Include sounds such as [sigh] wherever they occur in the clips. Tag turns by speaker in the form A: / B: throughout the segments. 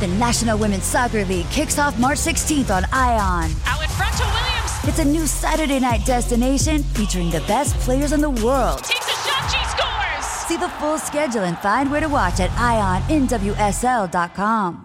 A: The National Women's Soccer League kicks off March 16th on ION.
B: Out in front to Williams.
A: It's a new Saturday night destination featuring the best players in the world.
B: Takes a shot. She scores.
A: See the full schedule and find where to watch at IONNWSL.com.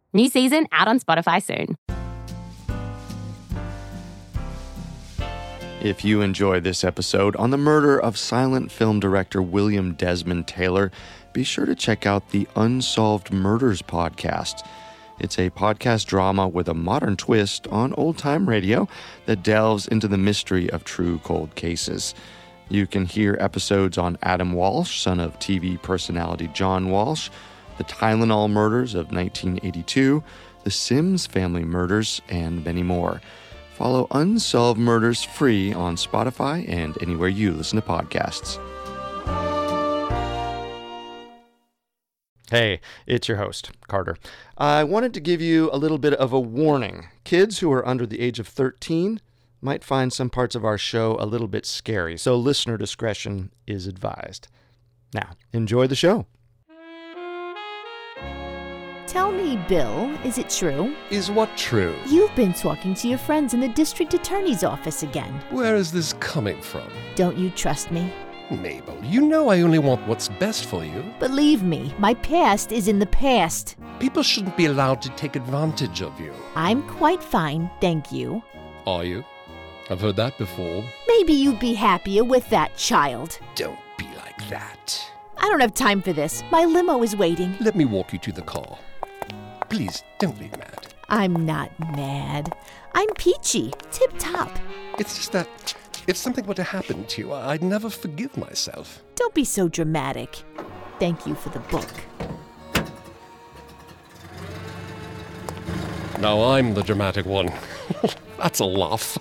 C: New season out on Spotify soon.
D: If you enjoyed this episode on the murder of silent film director William Desmond Taylor, be sure to check out the Unsolved Murders podcast. It's a podcast drama with a modern twist on old time radio that delves into the mystery of true cold cases. You can hear episodes on Adam Walsh, son of TV personality John Walsh, the Tylenol murders of 1982, the Sims family murders, and many more. Follow Unsolved Murders free on Spotify and anywhere you listen to podcasts. Hey, it's your host, Carter. I wanted to give you a little bit of a warning. Kids who are under the age of 13 might find some parts of our show a little bit scary, so listener discretion is advised. Now, enjoy the show.
E: Tell me, Bill, is it true?
F: Is what true?
E: You've been talking to your friends in the district attorney's office again.
F: Where is this coming from?
E: Don't you trust me?
F: Mabel, you know I only want what's best for you.
E: Believe me, my past is in the past.
F: People shouldn't be allowed to take advantage of you.
E: I'm quite fine, thank you.
F: Are you? I've heard that before.
E: Maybe you'd be happier with that child.
F: Don't be like that.
E: I don't have time for this. My limo is waiting.
F: Let me walk you to the car. Please, don't be mad.
E: I'm not mad. I'm peachy, tip top.
F: It's just that if something were to happen to you, I- I'd never forgive myself.
E: Don't be so dramatic. Thank you for the book.
F: Now I'm the dramatic one. [laughs] That's a laugh.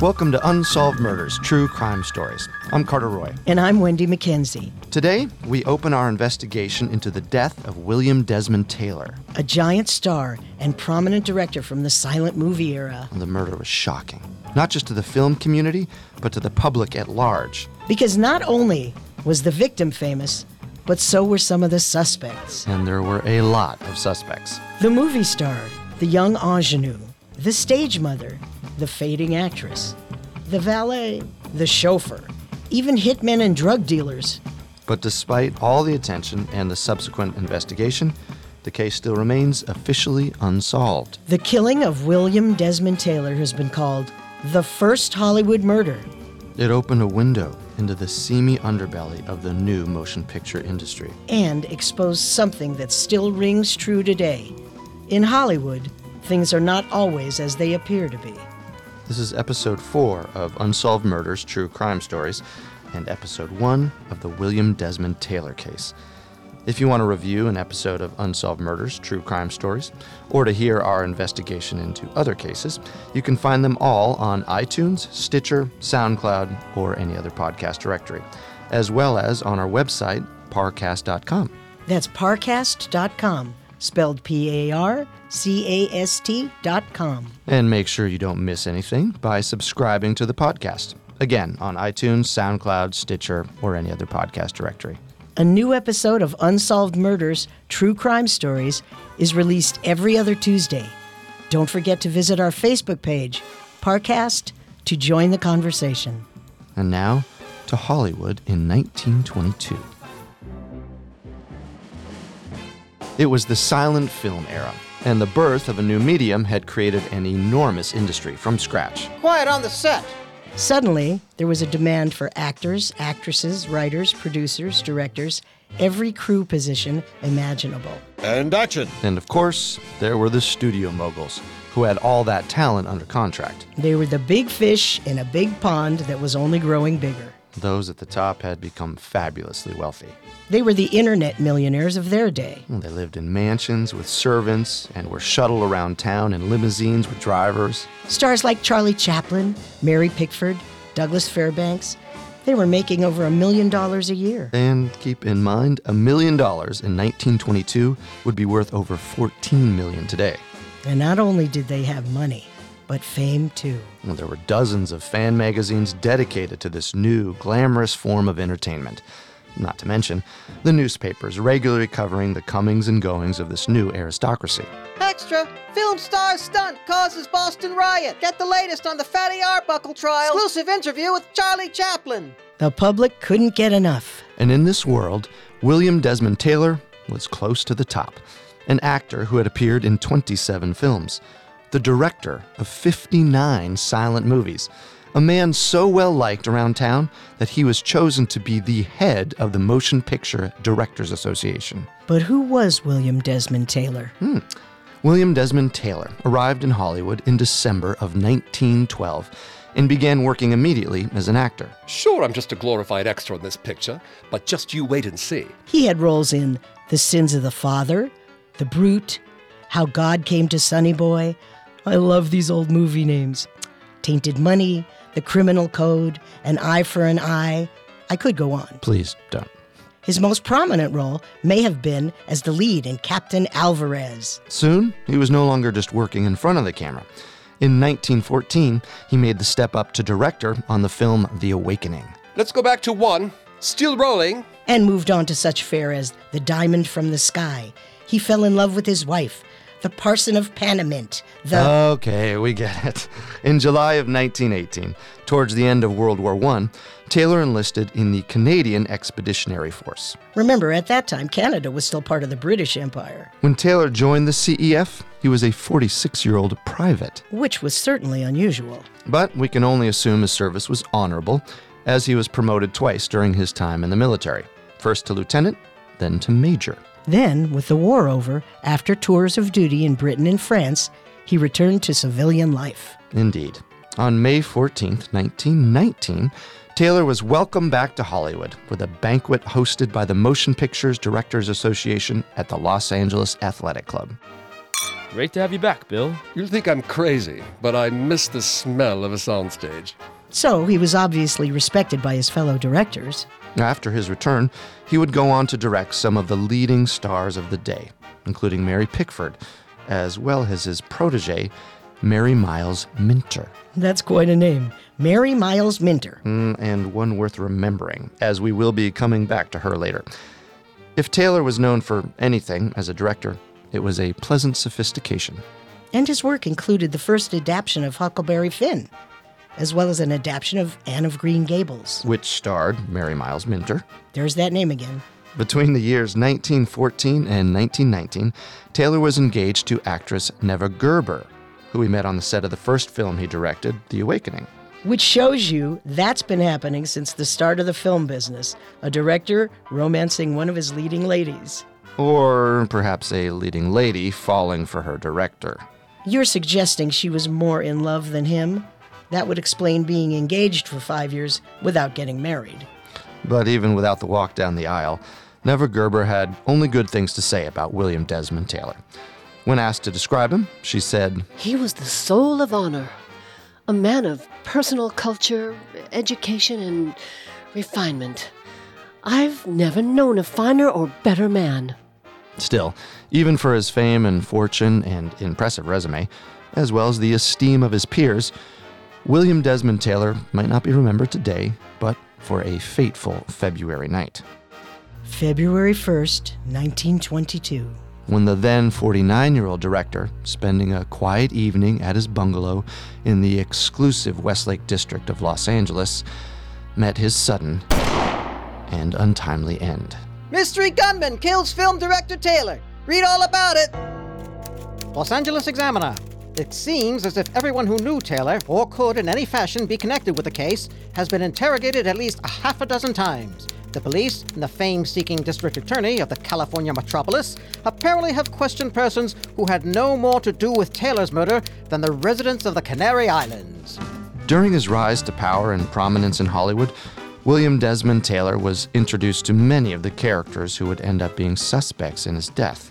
D: Welcome to Unsolved Murders True Crime Stories. I'm Carter Roy.
G: And I'm Wendy McKenzie.
D: Today, we open our investigation into the death of William Desmond Taylor.
G: A giant star and prominent director from the silent movie era.
D: The murder was shocking, not just to the film community, but to the public at large.
G: Because not only was the victim famous, but so were some of the suspects.
D: And there were a lot of suspects.
G: The movie star, the young ingenue, the stage mother, the fading actress, the valet, the chauffeur, even hitmen and drug dealers.
D: But despite all the attention and the subsequent investigation, the case still remains officially unsolved.
G: The killing of William Desmond Taylor has been called the first Hollywood murder.
D: It opened a window into the seamy underbelly of the new motion picture industry.
G: and expose something that still rings true today. In Hollywood, things are not always as they appear to be.
D: This is episode four of Unsolved Murders True Crime Stories and episode one of the William Desmond Taylor case. If you want to review an episode of Unsolved Murders True Crime Stories or to hear our investigation into other cases, you can find them all on iTunes, Stitcher, SoundCloud, or any other podcast directory, as well as on our website, parcast.com.
G: That's parcast.com, spelled P A R C A S T.com.
D: And make sure you don't miss anything by subscribing to the podcast. Again, on iTunes, SoundCloud, Stitcher, or any other podcast directory.
G: A new episode of Unsolved Murders True Crime Stories is released every other Tuesday. Don't forget to visit our Facebook page, Parcast, to join the conversation.
D: And now to Hollywood in 1922. It was the silent film era, and the birth of a new medium had created an enormous industry from scratch.
H: Quiet on the set.
G: Suddenly, there was a demand for actors, actresses, writers, producers, directors, every crew position imaginable.
H: And action.
D: And of course, there were the studio moguls who had all that talent under contract.
G: They were the big fish in a big pond that was only growing bigger.
D: Those at the top had become fabulously wealthy.
G: They were the internet millionaires of their day.
D: They lived in mansions with servants and were shuttled around town in limousines with drivers.
G: Stars like Charlie Chaplin, Mary Pickford, Douglas Fairbanks, they were making over a million dollars a year.
D: And keep in mind, a million dollars in 1922 would be worth over 14 million today.
G: And not only did they have money, but fame too.
D: Well, There were dozens of fan magazines dedicated to this new, glamorous form of entertainment. Not to mention, the newspapers regularly covering the comings and goings of this new aristocracy.
H: Extra! Film star stunt causes Boston riot. Get the latest on the Fatty Arbuckle trial. Exclusive interview with Charlie Chaplin.
G: The public couldn't get enough.
D: And in this world, William Desmond Taylor was close to the top, an actor who had appeared in 27 films, the director of 59 silent movies, a man so well liked around town that he was chosen to be the head of the Motion Picture Directors Association.
G: But who was William Desmond Taylor?
D: William Desmond Taylor arrived in Hollywood in December of 1912 and began working immediately as an actor.
F: Sure, I'm just a glorified extra in this picture, but just you wait and see.
G: He had roles in The Sins of the Father, The Brute, How God Came to Sonny Boy. I love these old movie names. Tainted Money, The Criminal Code, An Eye for an Eye. I could go on.
D: Please don't.
G: His most prominent role may have been as the lead in Captain Alvarez.
D: Soon, he was no longer just working in front of the camera. In 1914, he made the step up to director on the film The Awakening.
F: Let's go back to one. Still rolling.
G: and moved on to such fare as the diamond from the sky. He fell in love with his wife, the parson of Panamint, the
D: Uh. Okay, we get it. In July of 1918, towards the end of World War I, Taylor enlisted in the Canadian Expeditionary Force.
G: Remember at that time Canada was still part of the British Empire,
D: When Taylor joined the CEF, he was a 46 year old private.
G: which was certainly unusual.
D: But we can only assume his service was honorable, as he was promoted twice during his time in the military first to lieutenant, then to major.
G: Then, with the war over, after tours of duty in Britain and France, he returned to civilian life.
D: Indeed. On May 14th, 1919, Taylor was welcomed back to Hollywood with a banquet hosted by the Motion Pictures Directors Association at the Los Angeles Athletic Club.
I: Great to have you back, Bill.
F: You'll think I'm crazy, but I miss the smell of a soundstage.
G: So he was obviously respected by his fellow directors.
D: After his return, he would go on to direct some of the leading stars of the day, including Mary Pickford, as well as his protege, Mary Miles Minter.
G: That's quite a name. Mary Miles Minter.
D: Mm, and one worth remembering, as we will be coming back to her later. If Taylor was known for anything as a director, it was a pleasant sophistication.
G: and his work included the first adaptation of Huckleberry Finn, as well as an adaptation of Anne of Green Gables.
D: which starred Mary Miles Minter.
G: There's that name again.
D: Between the years 1914 and 1919, Taylor was engaged to actress Neva Gerber, who he met on the set of the first film he directed, The Awakening.
G: Which shows you that's been happening since the start of the film business a director romancing one of his leading ladies.
D: Or perhaps a leading lady falling for her director.
G: You're suggesting she was more in love than him? That would explain being engaged for five years without getting married.
D: But even without the walk down the aisle, Neva Gerber had only good things to say about William Desmond Taylor. When asked to describe him, she said,
H: He was the soul of honor, a man of personal culture, education, and refinement. I've never known a finer or better man.
D: Still, even for his fame and fortune and impressive resume, as well as the esteem of his peers, William Desmond Taylor might not be remembered today, but for a fateful February night,
G: February 1st, 1922.
D: when the then 49 year old director, spending a quiet evening at his bungalow in the exclusive Westlake district of Los Angeles, met his sudden and untimely end.
H: Mystery gunman kills film director Taylor. Read all about it. Los Angeles Examiner. It seems as if everyone who knew Taylor or could in any fashion be connected with the case has been interrogated at least a half a dozen times.
J: The police and the fame seeking district attorney of the California metropolis apparently have questioned persons who had no more to do with Taylor's murder than the residents of the Canary Islands.
D: During his rise to power and prominence in Hollywood, William Desmond Taylor was introduced to many of the characters who would end up being suspects in his death.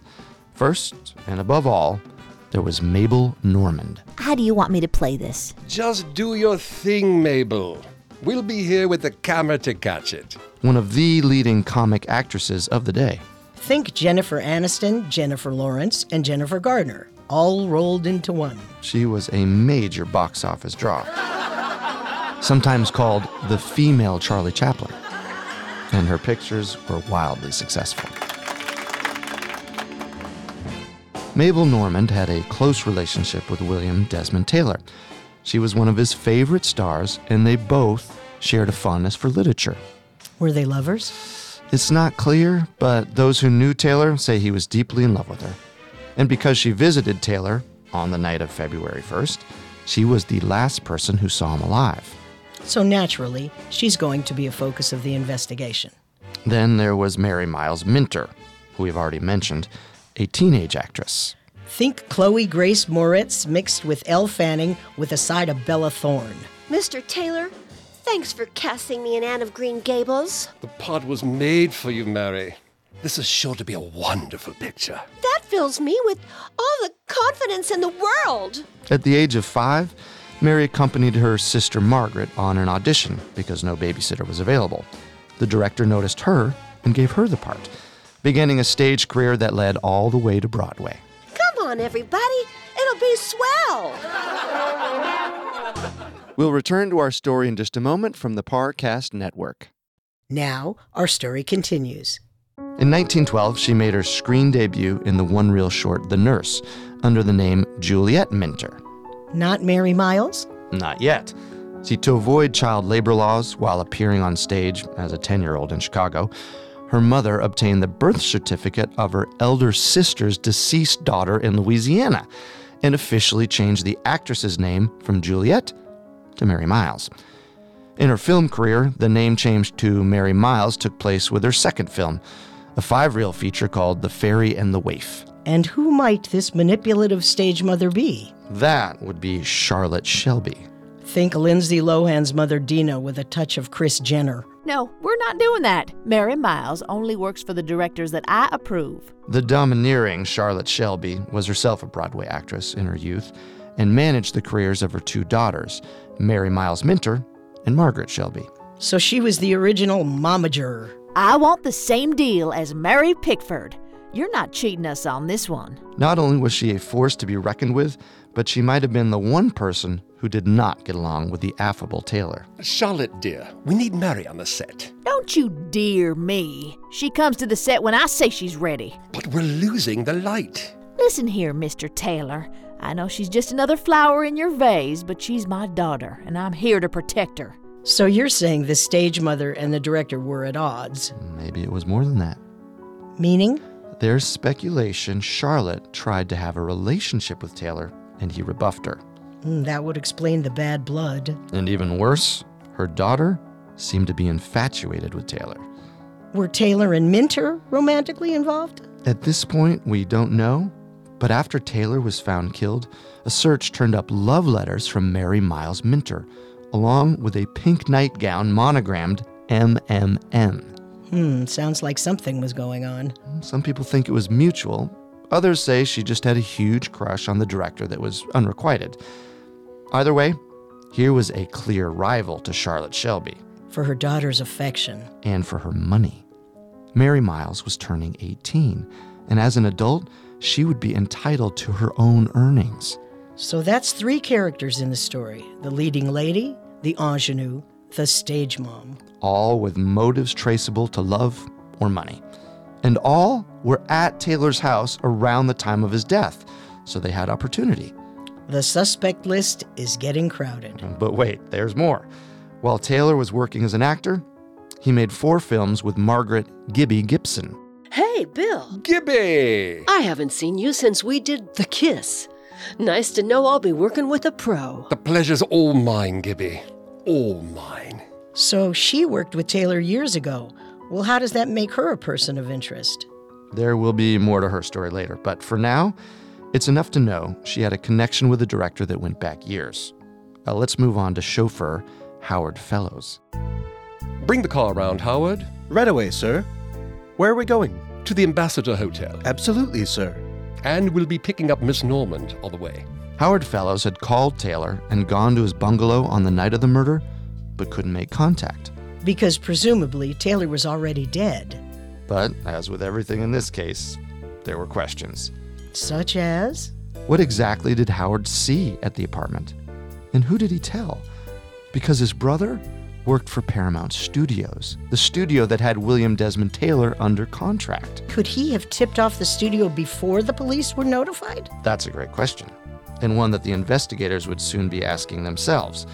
D: First, and above all, there was Mabel Normand.
E: How do you want me to play this?
F: Just do your thing, Mabel. We'll be here with the camera to catch it.
D: one of the leading comic actresses of the day.
G: Think Jennifer Aniston, Jennifer Lawrence, and Jennifer Gardner, all rolled into one.
D: She was a major box office draw, sometimes called the female Charlie Chaplin, and her pictures were wildly successful. Mabel Normand had a close relationship with William Desmond Taylor. She was one of his favorite stars, and they both shared a fondness for literature.
G: Were they lovers?
D: It's not clear, but those who knew Taylor say he was deeply in love with her. And because she visited Taylor on the night of February 1st, she was the last person who saw him alive.
G: So naturally, she's going to be a focus of the investigation.
D: Then there was Mary Miles Minter, who we've already mentioned, a teenage actress.
G: Think Chloe Grace Moritz mixed with Elle Fanning with a side of Bella Thorne.
K: Mr. Taylor, thanks for casting me in Anne of Green Gables.
F: The pod was made for you, Mary. This is sure to be a wonderful picture.
K: That fills me with all the confidence in the world.
D: At the age of five, Mary accompanied her sister Margaret on an audition because no babysitter was available. The director noticed her and gave her the part, beginning a stage career that led all the way to Broadway.
K: Come on, everybody. It'll be swell.
D: We'll return to our story in just a moment from the Parcast Network.
G: Now, our story continues.
D: In 1912, she made her screen debut in the one reel short The Nurse under the name Juliet Minter.
G: Not Mary Miles?
D: Not yet. See, to avoid child labor laws while appearing on stage as a 10 year old in Chicago, her mother obtained the birth certificate of her elder sister's deceased daughter in Louisiana and officially changed the actress's name from Juliet to Mary Miles. In her film career, the name change to Mary Miles took place with her second film, a five reel feature called The Fairy and the Waif.
G: And who might this manipulative stage mother be?
D: That would be Charlotte Shelby.
G: Think Lindsay Lohan's mother Dina with a touch of Chris Jenner.
L: No, we're not doing that. Mary Miles only works for the directors that I approve.
D: The domineering Charlotte Shelby was herself a Broadway actress in her youth and managed the careers of her two daughters, Mary Miles Minter and Margaret Shelby.
G: So she was the original momager.
L: I want the same deal as Mary Pickford. You're not cheating us on this one.
D: Not only was she a force to be reckoned with, but she might have been the one person who did not get along with the affable Taylor.
F: Charlotte, dear, we need Mary on the set.
L: Don't you dear me. She comes to the set when I say she's ready.
F: But we're losing the light.
L: Listen here, Mr. Taylor. I know she's just another flower in your vase, but she's my daughter, and I'm here to protect her.
G: So you're saying the stage mother and the director were at odds?
D: Maybe it was more than that.
G: Meaning?
D: There's speculation Charlotte tried to have a relationship with Taylor, and he rebuffed her.
G: Mm, that would explain the bad blood.
D: And even worse, her daughter seemed to be infatuated with Taylor.
G: Were Taylor and Minter romantically involved?
D: At this point, we don't know, but after Taylor was found killed, a search turned up love letters from Mary Miles Minter, along with a pink nightgown monogrammed MMM.
G: Hmm, sounds like something was going on.
D: Some people think it was mutual, others say she just had a huge crush on the director that was unrequited. Either way, here was a clear rival to Charlotte Shelby,
G: For her daughter's affection.
D: and for her money. Mary Miles was turning 18, and as an adult, she would be entitled to her own earnings.
G: So that's three characters in the story the leading lady, the ingenue, the stage mom.
D: all with motives traceable to love or money. And all were at Taylor's house around the time of his death, so they had opportunity.
G: The suspect list is getting crowded.
D: But wait, there's more. While Taylor was working as an actor, he made four films with Margaret Gibby Gibson.
H: Hey, Bill.
F: Gibby!
H: I haven't seen you since we did The Kiss. Nice to know I'll be working with a pro.
F: The pleasure's all mine, Gibby. All mine.
G: So she worked with Taylor years ago Well, how does that make her a person of interest?
D: There will be more to her story later, but for now, it's enough to know she had a connection with a director that went back years. Uh, let's move on to chauffeur Howard Fellows.
F: Bring the car around, Howard.
M: Right away, sir. Where are we going?
F: To the Ambassador Hotel.
M: Absolutely, sir.
F: And we'll be picking up Miss Normand on the way.
D: Howard Fellows had called Taylor and gone to his bungalow on the night of the murder, but couldn't make contact.
G: Because presumably Taylor was already dead.
D: But as with everything in this case, there were questions.
G: Such as?
D: What exactly did Howard see at the apartment? And who did he tell? Because his brother worked for Paramount Studios, the studio that had William Desmond Taylor under contract.
G: Could he have tipped off the studio before the police were notified?
D: That's a great question, and one that the investigators would soon be asking themselves.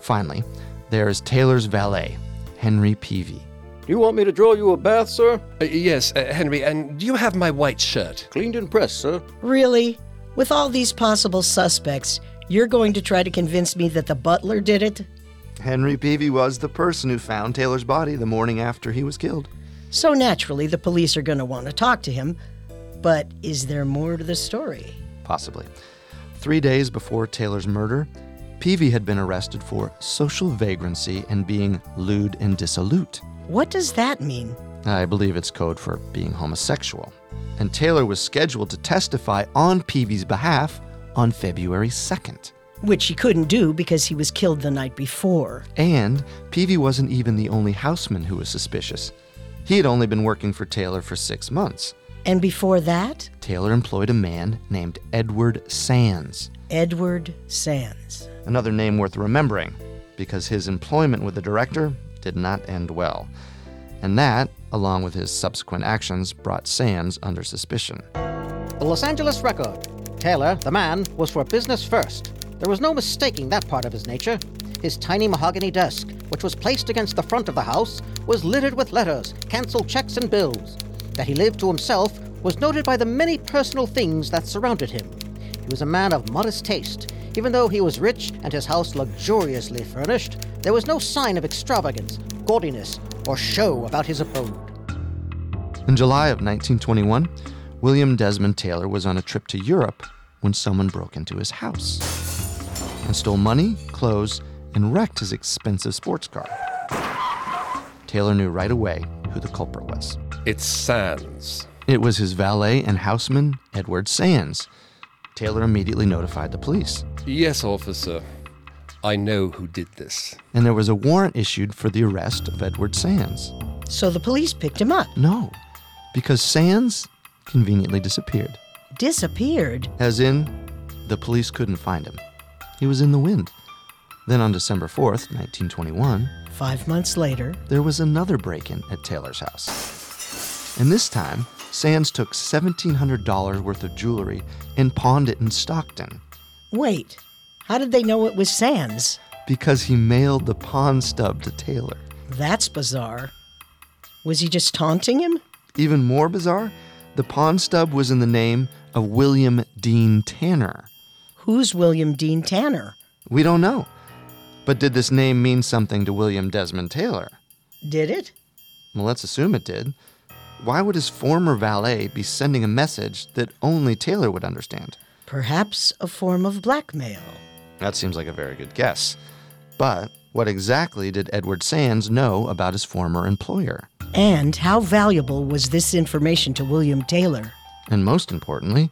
D: Finally, there is Taylor's valet, Henry Peavy.
N: Do you want me to draw you a bath, sir?
F: Uh, yes, uh, Henry, and do you have my white shirt?
N: Cleaned and pressed, sir.
G: Really? With all these possible suspects, you're going to try to convince me that the butler did it?
D: Henry Peavy was the person who found Taylor's body the morning after he was killed.
G: So naturally, the police are going to want to talk to him. But is there more to the story?
D: Possibly. Three days before Taylor's murder, Peavy had been arrested for social vagrancy and being lewd and dissolute.
G: What does that mean?
D: I believe it's code for being homosexual. And Taylor was scheduled to testify on Peavy's behalf on February 2nd
G: which he couldn't do because he was killed the night before.
D: And Peavy wasn't even the only houseman who was suspicious. He had only been working for Taylor for six months.
G: And before that?
D: Taylor employed a man named Edward Sands.
G: Edward Sands.
D: Another name worth remembering, because his employment with the director did not end well. And that, along with his subsequent actions, brought Sands under suspicion.
J: The Los Angeles Record. Taylor, the man, was for business first. There was no mistaking that part of his nature. His tiny mahogany desk, which was placed against the front of the house, was littered with letters, cancelled checks, and bills. That he lived to himself was noted by the many personal things that surrounded him. He was a man of modest taste. Even though he was rich and his house luxuriously furnished, there was no sign of extravagance, gaudiness, or show about his abode.
D: In July of 1921, William Desmond Taylor was on a trip to Europe when someone broke into his house and stole money, clothes, and wrecked his expensive sports car. Taylor knew right away who the culprit was.
F: It's Sands.
D: It was his valet and houseman, Edward Sands. Taylor immediately notified the police.
F: Yes, officer. I know who did this.
D: And there was a warrant issued for the arrest of Edward Sands.
G: So the police picked him up?
D: No, because Sands conveniently disappeared.
G: Disappeared?
D: As in, the police couldn't find him he was in the wind. Then on December 4th, 1921,
G: five months later,
D: there was another break in at Taylor's house. And this time, Sands took $1,700 worth of jewelry and pawned it in Stockton.
G: Wait, how did they know it was Sands?
D: Because he mailed the pawn stub to Taylor.
G: That's bizarre. Was he just taunting him?
D: Even more bizarre, the pawn stub was in the name of William Dean Tanner.
G: Who's William Dean Tanner?
D: We don't know. But did this name mean something to William Desmond Taylor?
G: Did it?
D: Well, let's assume it did. Why would his former valet be sending a message that only Taylor would understand?
G: Perhaps a form of blackmail.
D: That seems like a very good guess. But what exactly did Edward Sands know about his former employer?
G: And how valuable was this information to William Taylor?
D: And most importantly,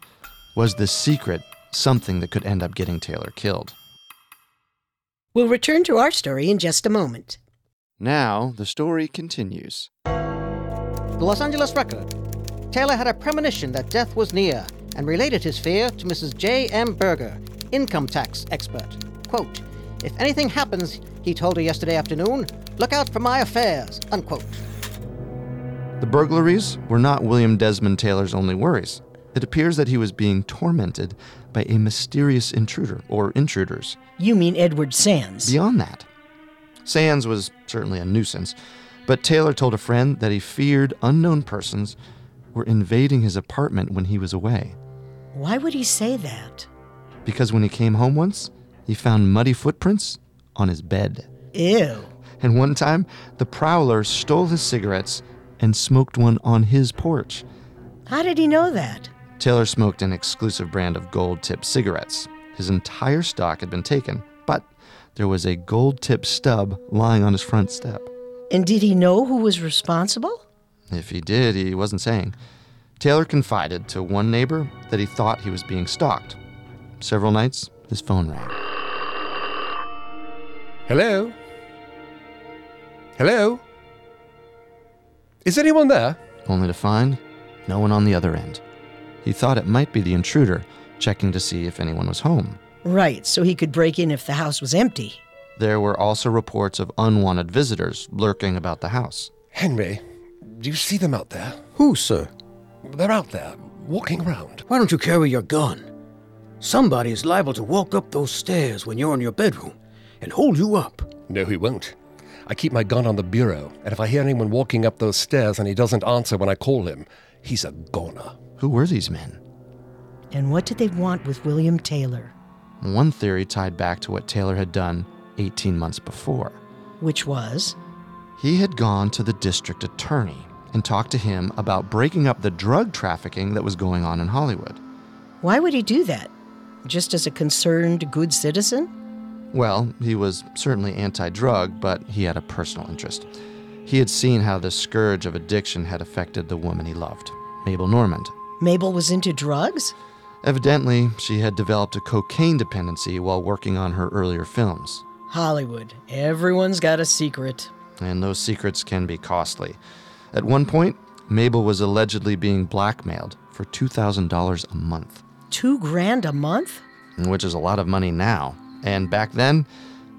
D: was the secret something that could end up getting Taylor killed.
G: We'll return to our story in just a moment.
D: Now, the story continues.
J: The Los Angeles Record. Taylor had a premonition that death was near and related his fear to Mrs. J. M. Berger, income tax expert. Quote, If anything happens, he told her yesterday afternoon, look out for my affairs, unquote.
D: The burglaries were not William Desmond Taylor's only worries it appears that he was being tormented by a mysterious intruder or intruders.
G: You mean Edward Sands?
D: Beyond that, Sands was certainly a nuisance, but Taylor told a friend that he feared unknown persons were invading his apartment when he was away.
G: Why would he say that?
D: Because when he came home once, he found muddy footprints on his bed.
G: Ew.
D: And one time, the prowler stole his cigarettes and smoked one on his porch.
G: How did he know that?
D: Taylor smoked an exclusive brand of gold tip cigarettes. His entire stock had been taken, but there was a gold tip stub lying on his front step.
G: And did he know who was responsible?
D: If he did, he wasn't saying. Taylor confided to one neighbor that he thought he was being stalked. Several nights, his phone rang.
F: Hello? Hello? Is anyone there?
D: Only to find no one on the other end. He thought it might be the intruder, checking to see if anyone was home.
G: Right, so he could break in if the house was empty.
D: There were also reports of unwanted visitors lurking about the house.
F: Henry, do you see them out there?
M: Who, sir?
F: They're out there, walking around.
O: Why don't you carry your gun? Somebody is liable to walk up those stairs when you're in your bedroom and hold you up.
F: No, he won't. I keep my gun on the bureau, and if I hear anyone walking up those stairs and he doesn't answer when I call him, he's a goner.
D: Who were these men?
G: And what did they want with William Taylor?
D: One theory tied back to what Taylor had done 18 months before.
G: Which was?
D: He had gone to the district attorney and talked to him about breaking up the drug trafficking that was going on in Hollywood.
G: Why would he do that? Just as a concerned good citizen?
D: Well, he was certainly anti drug, but he had a personal interest. He had seen how the scourge of addiction had affected the woman he loved, Mabel Normand.
G: Mabel was into drugs?
D: Evidently, she had developed a cocaine dependency while working on her earlier films.
G: Hollywood. Everyone's got a secret.
D: And those secrets can be costly. At one point, Mabel was allegedly being blackmailed for $2,000 a month.
G: Two grand a month?
D: Which is a lot of money now. And back then,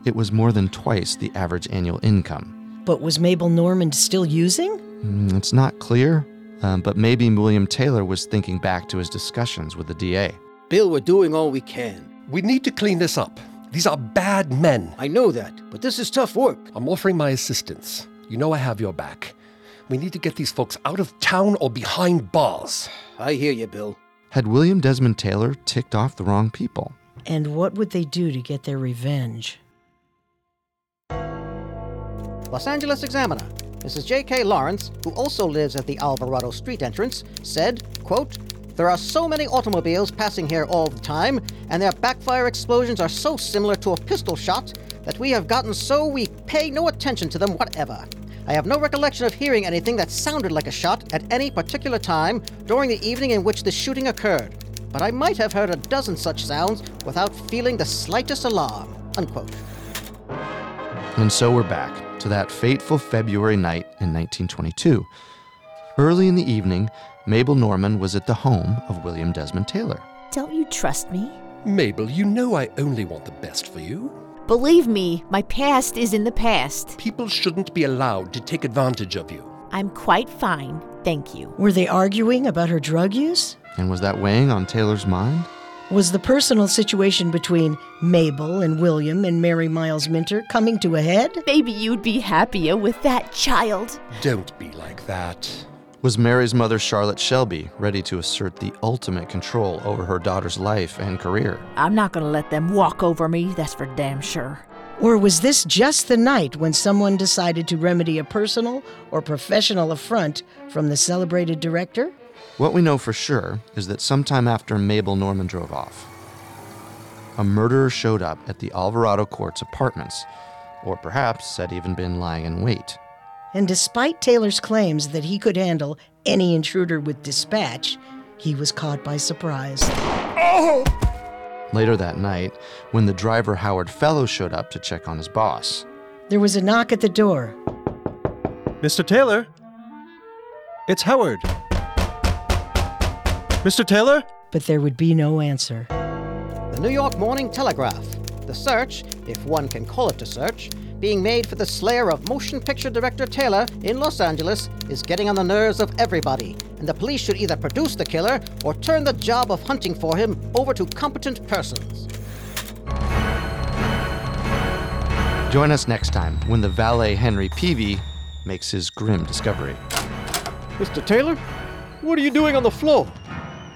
D: it was more than twice the average annual income.
G: But was Mabel Normand still using?
D: Mm, it's not clear, um, but maybe William Taylor was thinking back to his discussions with the DA.
O: Bill, we're doing all we can.
F: We need to clean this up. These are bad men.
O: I know that, but this is tough work.
F: I'm offering my assistance. You know I have your back. We need to get these folks out of town or behind bars.
O: I hear you, Bill.
D: Had William Desmond Taylor ticked off the wrong people?
G: And what would they do to get their revenge?
J: Los Angeles Examiner. Mrs. J.K. Lawrence, who also lives at the Alvarado Street entrance, said, quote, there are so many automobiles passing here all the time, and their backfire explosions are so similar to a pistol shot that we have gotten so we pay no attention to them whatever. I have no recollection of hearing anything that sounded like a shot at any particular time during the evening in which the shooting occurred, but I might have heard a dozen such sounds without feeling the slightest alarm. Unquote.
D: And so we're back to that fateful February night in 1922. Early in the evening, Mabel Norman was at the home of William Desmond Taylor.
L: Don't you trust me?
F: Mabel, you know I only want the best for you.
L: Believe me, my past is in the past.
F: People shouldn't be allowed to take advantage of you.
L: I'm quite fine, thank you.
G: Were they arguing about her drug use?
D: And was that weighing on Taylor's mind?
G: Was the personal situation between Mabel and William and Mary Miles Minter coming to a head?
L: Maybe you'd be happier with that child.
F: Don't be like that.
D: Was Mary's mother, Charlotte Shelby, ready to assert the ultimate control over her daughter's life and career?
L: I'm not going to let them walk over me, that's for damn sure.
G: Or was this just the night when someone decided to remedy a personal or professional affront from the celebrated director?
D: What we know for sure is that sometime after Mabel Norman drove off, a murderer showed up at the Alvarado Court's apartments, or perhaps had even been lying in wait.
G: And despite Taylor's claims that he could handle any intruder with dispatch, he was caught by surprise. Oh!
D: Later that night, when the driver Howard Fellow showed up to check on his boss,
G: there was a knock at the door.
M: Mr. Taylor? It's Howard. Mr. Taylor?
G: But there would be no answer.
J: The New York Morning Telegraph. The search, if one can call it a search, being made for the slayer of motion picture director Taylor in Los Angeles is getting on the nerves of everybody, and the police should either produce the killer or turn the job of hunting for him over to competent persons.
D: Join us next time when the valet Henry Peavy makes his grim discovery.
N: Mr. Taylor, what are you doing on the floor?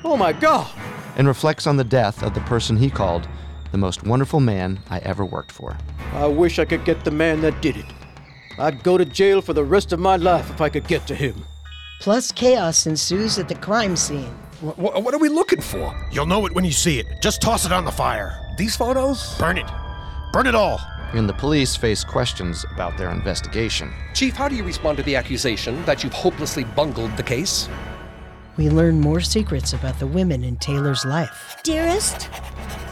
N: Oh my God!
D: And reflects on the death of the person he called the most wonderful man I ever worked for.
N: I wish I could get the man that did it. I'd go to jail for the rest of my life if I could get to him.
G: Plus, chaos ensues at the crime scene.
F: What, what are we looking for?
P: You'll know it when you see it. Just toss it on the fire.
F: These photos?
P: Burn it. Burn it all.
D: And the police face questions about their investigation.
F: Chief, how do you respond to the accusation that you've hopelessly bungled the case?
G: We learn more secrets about the women in Taylor's life.
K: Dearest,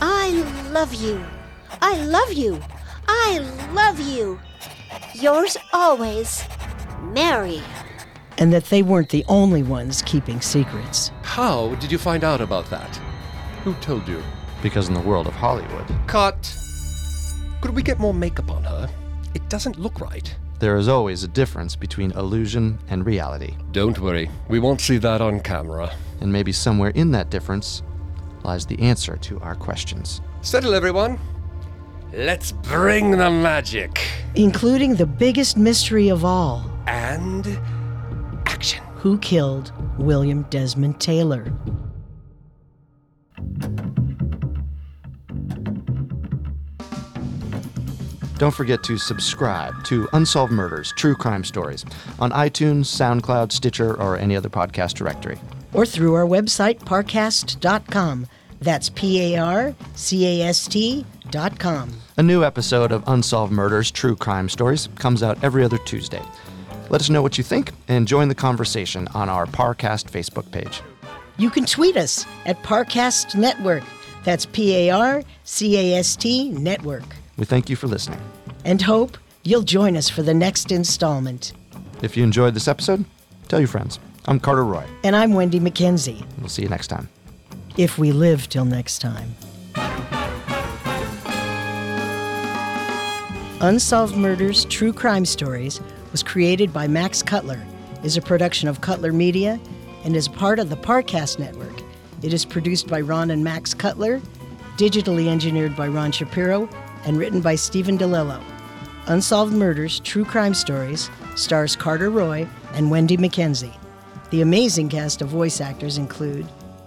K: I love you. I love you. I love you. Yours always, Mary.
G: And that they weren't the only ones keeping secrets.
F: How did you find out about that? Who told you?
D: Because in the world of Hollywood,
F: Cut. Could we get more makeup on her? It doesn't look right.
D: there is always a difference between illusion and reality.
F: Don't worry, we won't see that on camera.
D: And maybe somewhere in that difference lies the answer to our questions.
F: Settle, everyone. Let's bring the magic.
G: Including the biggest mystery of all
F: And
G: who killed William Desmond Taylor?
D: Don't forget to subscribe to Unsolved Murders True Crime Stories on iTunes, SoundCloud, Stitcher, or any other podcast directory.
G: Or through our website, parcast.com. That's P A R C A S T.com.
D: A new episode of Unsolved Murders True Crime Stories comes out every other Tuesday. Let us know what you think and join the conversation on our Parcast Facebook page.
G: You can tweet us at Parcast Network. That's P A R C A S T Network.
D: We thank you for listening.
G: And hope you'll join us for the next installment.
D: If you enjoyed this episode, tell your friends. I'm Carter Roy.
G: And I'm Wendy McKenzie.
D: We'll see you next time.
G: If we live till next time. Unsolved Murders True Crime Stories was created by Max Cutler, is a production of Cutler Media, and is part of the Parcast Network. It is produced by Ron and Max Cutler, digitally engineered by Ron Shapiro, and written by Stephen DeLillo. Unsolved Murders True Crime Stories stars Carter Roy and Wendy McKenzie. The amazing cast of voice actors include,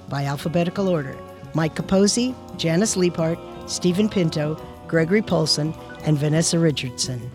G: by alphabetical order, Mike Capozzi, Janice Liepart, Stephen Pinto, Gregory Polson, and Vanessa Richardson.